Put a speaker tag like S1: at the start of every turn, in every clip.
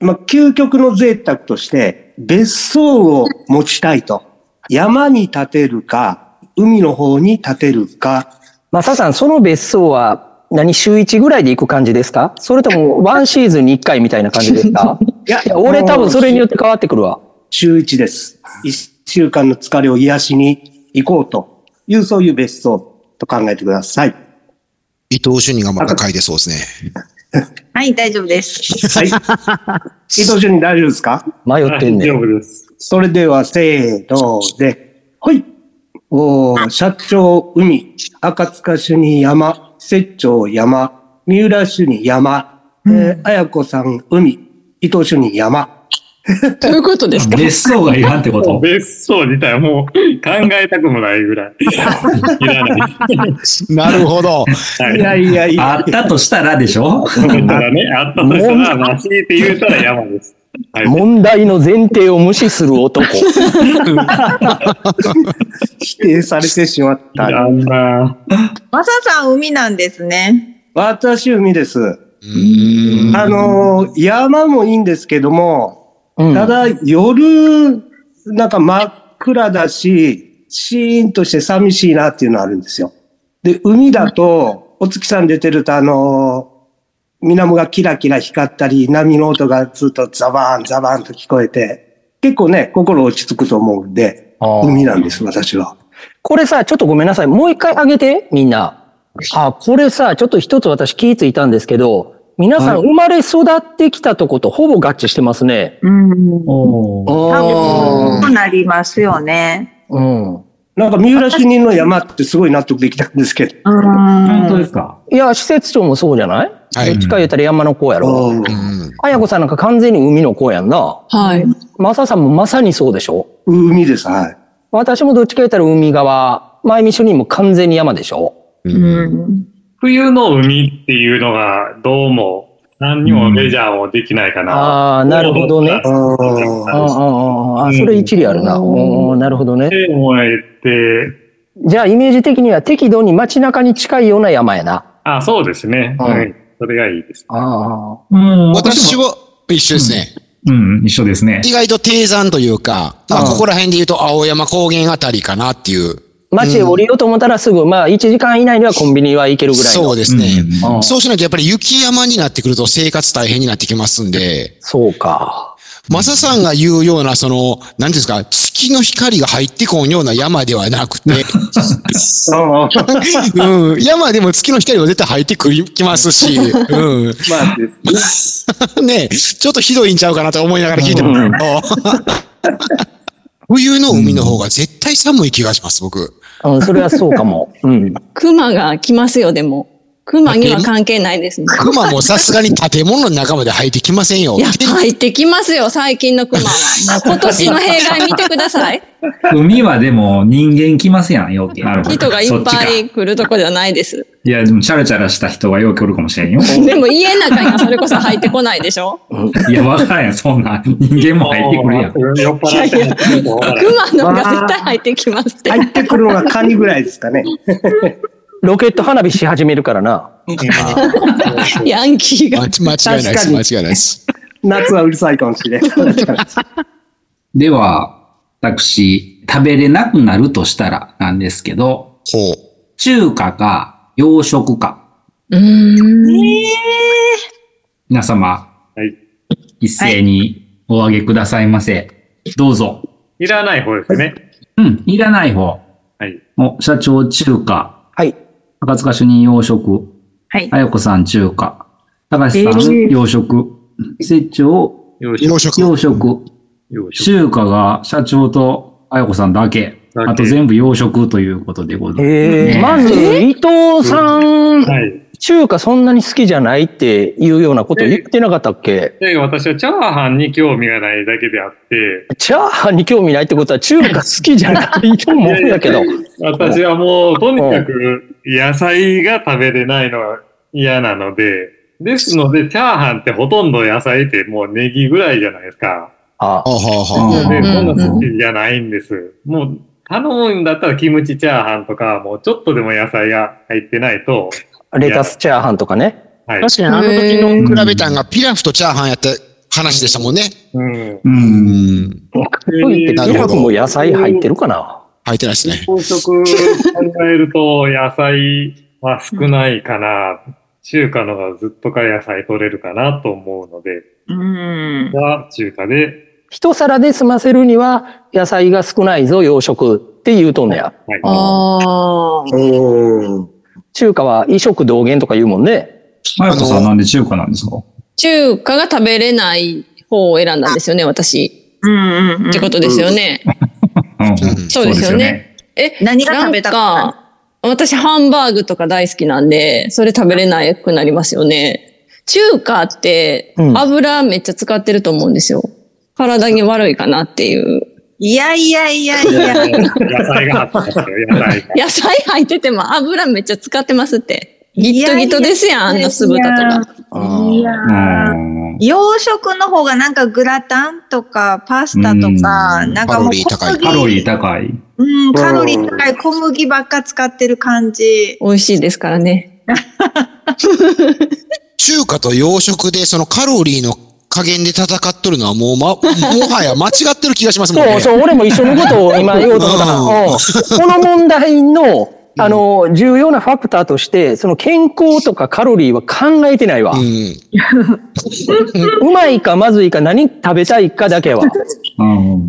S1: まあ、究極の贅沢として、別荘を持ちたいと。山に建てるか、海の方に建てるか。
S2: まあ、サさん、その別荘は何、週1ぐらいで行く感じですかそれとも、ワンシーズンに1回みたいな感じですか
S1: いや
S2: いや、俺多分それによって変わってくるわ。
S1: 週一です。一週間の疲れを癒しに行こうという、そういう別荘と考えてください。
S3: 伊藤主任がまた書いてそうです ね。
S4: はい、大丈夫です。
S1: はい。伊藤主任大丈夫ですか
S2: 迷ってんねん。
S5: 大丈夫です。
S1: それでは、せーので、ほい。おー社長海、赤塚主任山、摂長山、三浦主任山、えー、綾子さん海、伊藤主任山。
S6: どういうことですか
S7: 別荘がいらんってこと
S5: 別荘自体はもう考えたくもないぐらい。いらない。
S3: なるほど。
S5: は
S1: い
S5: い
S1: やいやい
S7: あ
S1: や
S7: っ。たとしたらでしょ
S5: ただね、あったとしたら、まあ、引いて言うたら山です。は い。
S2: 問題の前提を無視する 男。
S1: 否定されてしまっ
S5: い
S1: た。
S5: やあんな、
S4: マサさん、海なんですね。
S1: 私海です。
S3: うーん
S1: あのー山もいいんですけども、
S2: うん
S1: ただ夜、なんか真っ暗だし、シーンとして寂しいなっていうのあるんですよ。で、海だと、お月さん出てるとあのー、水面がキラキラ光ったり、波の音がずっとザバーンザバーンと聞こえて、結構ね、心落ち着くと思うんで、
S2: あー
S1: 海なんです、私は。
S2: これさ、ちょっとごめんなさい。もう一回上げて、みんな。あ、これさ、ちょっと一つ私気ぃついたんですけど、皆さん生まれ育ってきたとことほぼ合致してますね。
S4: うん。
S7: おー
S4: 多分、そうなりますよね。
S2: うん。
S1: なんか三浦主任の山ってすごい納得できたんですけど。
S4: うん。
S7: 本当ですか
S2: いや、施設長もそうじゃない
S3: はい
S2: どっちか言ったら山の子やろ。
S1: うん
S3: うん
S2: あやこさんなんか完全に海の子やんな。
S6: はい。
S2: まささんもまさにそうでしょ
S1: 海です、はい。
S2: 私もどっちか言ったら海側。まゆみ主任も完全に山でしょ
S4: うん。
S5: 冬の海っていうのが、どうも、何にもメジャーもできないかな。
S2: ああー、なるほどね。
S1: うん
S2: あーあー、あーあー、それ一理あるな。おーなるほどね。
S5: で、燃えて、
S2: じゃあイメージ的には適度に街中に近いような山やな。
S5: あ、そうですね。
S2: うん
S5: はい。それがいいです。
S2: ああ。
S7: うん
S3: 私
S7: 私も。
S3: は一緒ですね。
S7: うん、一緒ですね。
S3: 意外と低山というか、まあここら辺で言うと青山高原あたりかなっていう。
S2: 街へ降りようと思ったらすぐ、まあ1時間以内にはコンビニは行けるぐらいの。
S3: そうです
S7: う
S3: ね
S7: ん。
S2: ああ
S3: そうしないとやっぱり雪山になってくると生活大変になってきますんで、
S2: そうか。
S3: マサさんが言うような、その、なんていうんですか、月の光が入ってこんような山ではなくて、
S1: うん
S3: うん、山でも月の光は絶対入ってくりきますし、う
S1: まあですね
S3: ん、 ねちょっとひどいんちゃうかなと思いながら聞いても、冬の海の方が絶対寒い気がします、僕。
S2: うん、それはそうかも。うん。
S6: 熊が来ますよ、でも。熊には関係ないですね。
S3: 熊もさすがに建物の中まで入ってきませんよ
S6: いや、。
S3: 天
S6: 入ってきますよ、最近の熊 は。もう今年の弊害見てください。
S7: 海はでも人間来ますやん、よ計。
S6: 人がい
S7: そ
S6: っ
S7: っち
S6: ぱ
S7: か
S6: い来るとこじゃないです。
S7: いや、でもチャラチャラした人がよくおるかもしれんよ。
S6: でも家の中にはそれこそ入ってこないでしょ
S7: いや、わからんやん、そんな。人間も入って くるやん。
S5: うん酔っ払ってもちょっとわからん
S6: 熊のが絶対入ってきますって。
S1: 入ってくるのがカニぐらいですかね。
S2: ロケット花火し始めるからな。
S6: ヤンキーが。
S3: 気間違いない
S1: 確
S3: です。
S1: かに
S3: 間違いないです。
S1: 夏はうるさいかもしれない。
S7: では、私、食べれなくなるとしたらなんですけど、
S3: ほう。
S7: 中華か洋食か、
S6: うーん。
S7: 皆様、
S5: はい
S7: 一斉にお上げくださいませ。どうぞ。
S5: いらない方ですね。
S7: うん、いらない方。
S5: はい。
S7: お、社長中華、
S2: はい。
S7: 赤塚主任洋食、
S4: はい。
S7: あやこさん中華、高橋さん、洋食、成長
S5: よし。
S3: 洋食。
S7: 洋食、
S5: よし。
S7: 中華が社長とあやこさんだけ、
S5: だけ
S7: あと全部洋食ということでございます。
S2: え
S7: ね
S2: え
S7: え
S2: まず、伊藤さん、
S5: はい。
S2: 中華そんなに好きじゃないっていうようなこと言ってなかったっけ
S5: で、私はチャーハンに興味がないだけであって、
S2: チャーハンに興味ないってことは中華好きじゃ ないと思うんだけど。
S5: 私はもう、とにかく野菜が食べれないのは嫌なので、ですので、チャーハンってほとんど野菜ってもうネギぐらいじゃないですか。
S2: あ
S3: あはあはあ。
S7: うん
S5: で、そんな
S6: うん
S5: 好きじゃないんです。もう、頼むんだったらキムチチャーハンとか、もうちょっとでも野菜が入ってないと、
S2: レタスチャーハンとかね。
S5: はい。
S3: 確かにあの時の比べたんが、ピラフとチャーハンやった話でしたもんね。
S5: うん。
S7: う。
S3: うんん。
S2: と言って、ミルクも野菜入ってるかな
S3: 入ってないですね。
S5: 朝食考えると野菜は少ないかな。中華のがずっとか野菜取れるかなと思うので、
S4: うん。
S5: は中華で、
S2: 一皿で済ませるには野菜が少ないぞ、洋食って言うとんねや。
S5: はい。
S4: あ
S1: う
S4: ー
S1: ん。
S2: 中華は異食同源とか言うもんね。
S7: まゆこさんなんで中華なんですか
S6: 中華が食べれない方を選んだんですよね、私。
S4: うんうんうん
S6: ってことですよね。
S7: うん
S3: ん
S6: そうですよね。え、
S4: 何が食べたかった
S6: なんか私ハンバーグとか大好きなんで、それ食べれなくなりますよね。中華って
S2: うん
S6: 油めっちゃ使ってると思うんですよ。体に悪いかなっていう。
S4: いやいやいやいや。
S5: 野菜が入ってますよ、野菜が。
S6: 野菜入ってても油めっちゃ使ってますって。ギットギトですやん、あんな酢豚とか。
S3: あー
S4: いやー
S7: うん
S4: 洋食の方がなんかグラタンとかパスタとか、
S7: うん
S4: なんかもう
S3: カロリー高い
S4: 小麦
S7: カロリー高い。
S4: うん、カロリー高い小麦ばっか使ってる感じ。
S6: 美味しいですからね。
S3: 中華と洋食でそのカロリーの加減で戦っとるのはもうま、もはや間違ってる気がしますも ん
S2: そ
S3: ね。
S2: うそう、俺も一緒のことを今言おうと思ったな。
S3: う
S2: うんんこの問題の、あの、重要なファクターとして、その健康とかカロリーは考えてないわ。
S3: うん。
S2: うまいかまずいか何食べたいかだけは。
S7: うん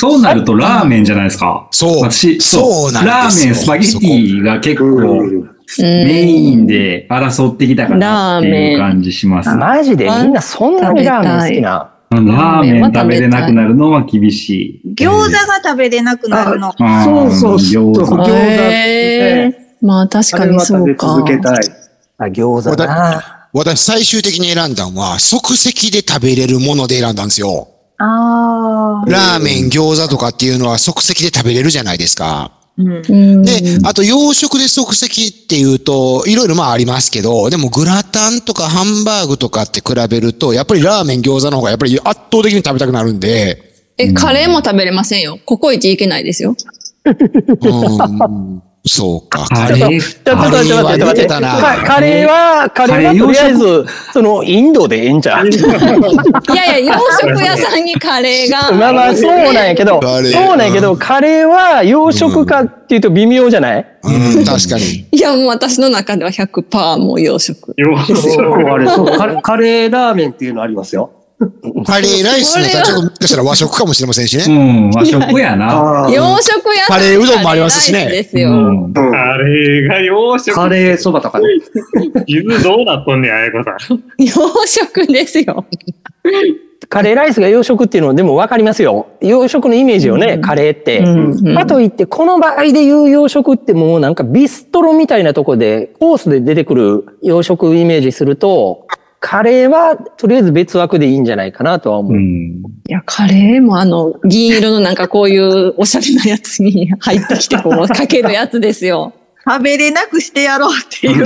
S7: そうなるとラーメンじゃないですか。
S3: そう。
S7: 私、
S3: そうなん
S7: ラ
S3: で
S7: ー
S3: す
S7: メ
S3: よ
S7: ン、スパゲティが結構
S6: うん
S7: メインで争ってきたかなっ
S6: ラー
S7: て
S6: メ
S7: い
S6: ン
S7: う感じします。ラ
S2: マジでみんなそんなにラーメン好きな。
S7: ーメン食べれなくなるのは厳しい。
S4: 餃子が食べれなくなるの。
S7: うん
S1: そうそうそう
S7: 餃
S1: 餃子
S7: 子。
S6: へーまあ確
S1: あ
S6: か
S1: れ
S6: に
S1: は
S6: そ
S1: 食べ
S6: うか
S1: 続。けたい。
S2: あ、餃子な。
S3: 私最終的に選んだのは、即席で食べれるもので選んだんですよ。
S4: ああ。
S3: ラーメン、餃子とかっていうのは即席で食べれるじゃないですか。
S4: うん。
S6: うん
S3: で、あと洋食で即席っていうと、いろいろまあありますけど、でもグラタンとかハンバーグとかって比べると、やっぱりラーメン、餃子の方がやっぱり圧倒的に食べたくなるんで、
S6: え、カレーも食べれませんよ。ココイチいけないですよ。
S3: うーん、そう か。
S7: カレー。
S2: ちょっと
S3: カレ
S2: 待って、ちょ
S3: ー
S2: っと
S3: は
S2: 待って、ちょっと待
S3: 出
S2: ってて。
S3: たな
S2: かカレーは、カレーはとりあえず、その、インドでええんちゃう
S6: いやいや、洋食屋さんにカレー が。
S2: まあまあ、そうなんやけど、
S3: カレー
S2: そうなんやけど、カレーは洋食かっていうと微妙じゃない、
S3: うん、確かに。
S6: いや、もう私の中では100%もう洋食。
S5: 洋
S1: そう
S5: 食
S1: あれそうカレカレーラーメンっていうのありますよ。
S3: カレーライスなんかちょっともしかしたら和食かもしれませんし
S7: う
S3: ね。
S7: ん、和食やな。
S1: あー
S6: 洋食屋さん
S3: カレーうどんもありますしね
S6: カレーライスです
S7: う
S6: よ。
S7: ん
S1: うん
S5: カレーが洋食。
S1: カレーそばとかね。
S5: ゆずどうなっとんねん、あやこさん。
S6: 洋食ですよ。
S2: カレーライスが洋食っていうのはでも分かりますよ。洋食のイメージよね、カレーって。
S6: うんうん
S2: あといって、この場合で言う洋食ってもうなんかビストロみたいなとこで、コースで出てくる洋食イメージすると、カレーはとりあえず別枠でいいんじゃないかなとは思う。
S7: うん。
S6: いや、カレーもあの、銀色のなんかこういうおしゃれなやつに入ってきて、こう、かけるやつですよ。
S4: 食べれなくしてやろうっていう。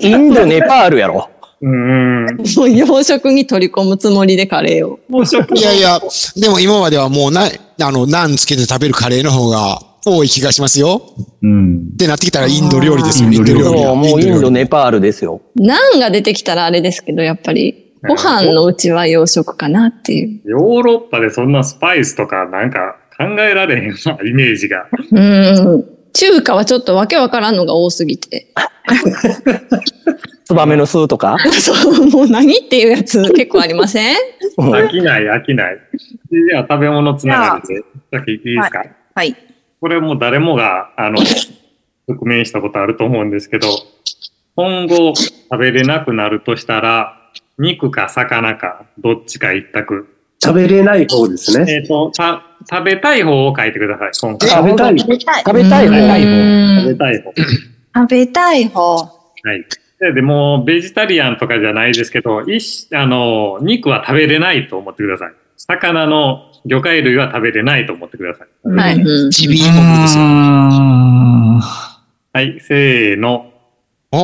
S2: インド、ネパールやろ。
S5: うん。
S6: もう洋食に取り込むつもりでカレーを。
S5: 洋食
S3: いやいや、でも今まではもうな、あの、ナンつけて食べるカレーの方が多い気がしますよ。っ
S7: うん。
S3: てなってきたらインド料理ですよ、
S7: あー
S3: インド料理
S2: そう、
S3: は。
S2: もうインド、
S3: 理
S2: ネパールですよ。
S6: ナンが出てきたらあれですけど、やっぱり、ご飯のうちは洋食かなっていう。
S5: ヨーロッパでそんなスパイスとかなんか考えられへんな、イメージが。
S6: うん。中華はちょっとわけわからんのが多すぎて。
S2: ツバメの巣とか。
S6: そう、もう何っていうやつ結構ありません
S2: うん
S5: 飽きない、飽きない。では食べ物つながりで、さっきいいですか、
S4: はい。
S5: これもう誰もが、 あの、直面したことあると思うんですけど、今後食べれなくなるとしたら、肉か魚か、どっちか一択。
S1: 食べれない方ですね。
S5: えっ、と、た、食べたい方を書いてください、今回。
S1: 食べたい。
S4: 食べた
S2: 食
S4: い。
S2: べたい方。
S5: 食べ
S6: 方。
S5: たい方。
S4: 食べたい方。
S5: はい。で、でもう、ベジタリアンとかじゃないですけど、一種、あの、肉は食べれないと思ってください。魚の魚介類は食べれないと思ってください。
S6: はい。うん
S3: ジビエも無理ですよ。
S5: はい、せーの。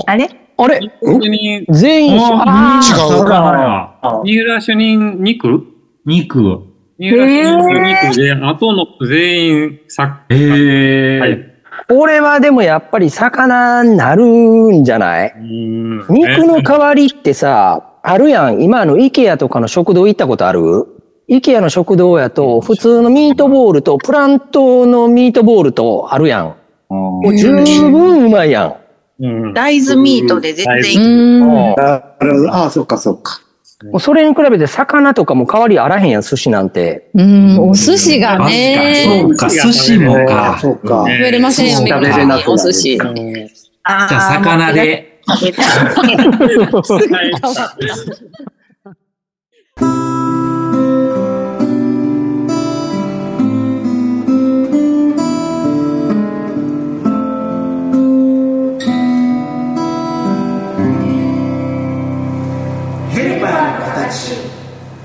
S4: あれ
S2: あれ
S5: 主任、
S2: 全員一緒、あー
S3: 違う
S2: そうだ
S5: 三浦主任肉
S7: 肉。
S5: 三浦主任肉で、あとの全員さ、
S7: へえ。
S5: はい。
S2: 俺はでもやっぱり魚になるんじゃないう
S5: ーん
S2: 肉の代わりってさ、あるやん。今あの、IKEA とかの食堂行ったことある ?IKEA の食堂やと、普通のミートボールと、プラントのミートボールとあるやん。もう十分うまいやん。
S5: うん。
S4: 大豆ミートで全然いける
S6: うん。
S1: なるほど。ああ、そうか、そうか。
S2: もうそれに比べて魚とかも代わりあらへんやん、寿司なんて。
S6: うん。お寿司
S7: マ
S6: が
S7: ジか、
S6: ね
S7: そう。か、寿司も
S1: ああ、
S7: か。
S1: そうか。
S6: 食べれませんよ、
S7: 寿
S6: め
S7: 司
S6: っ
S7: 食べ
S6: ち
S7: れ
S1: なくな
S6: に。
S1: る
S6: お寿司。
S4: あー
S7: じゃあ、魚。で。
S4: もう手が食べた
S5: はい
S8: ヘルパーの形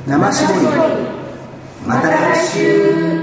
S8: 生絞りまた来週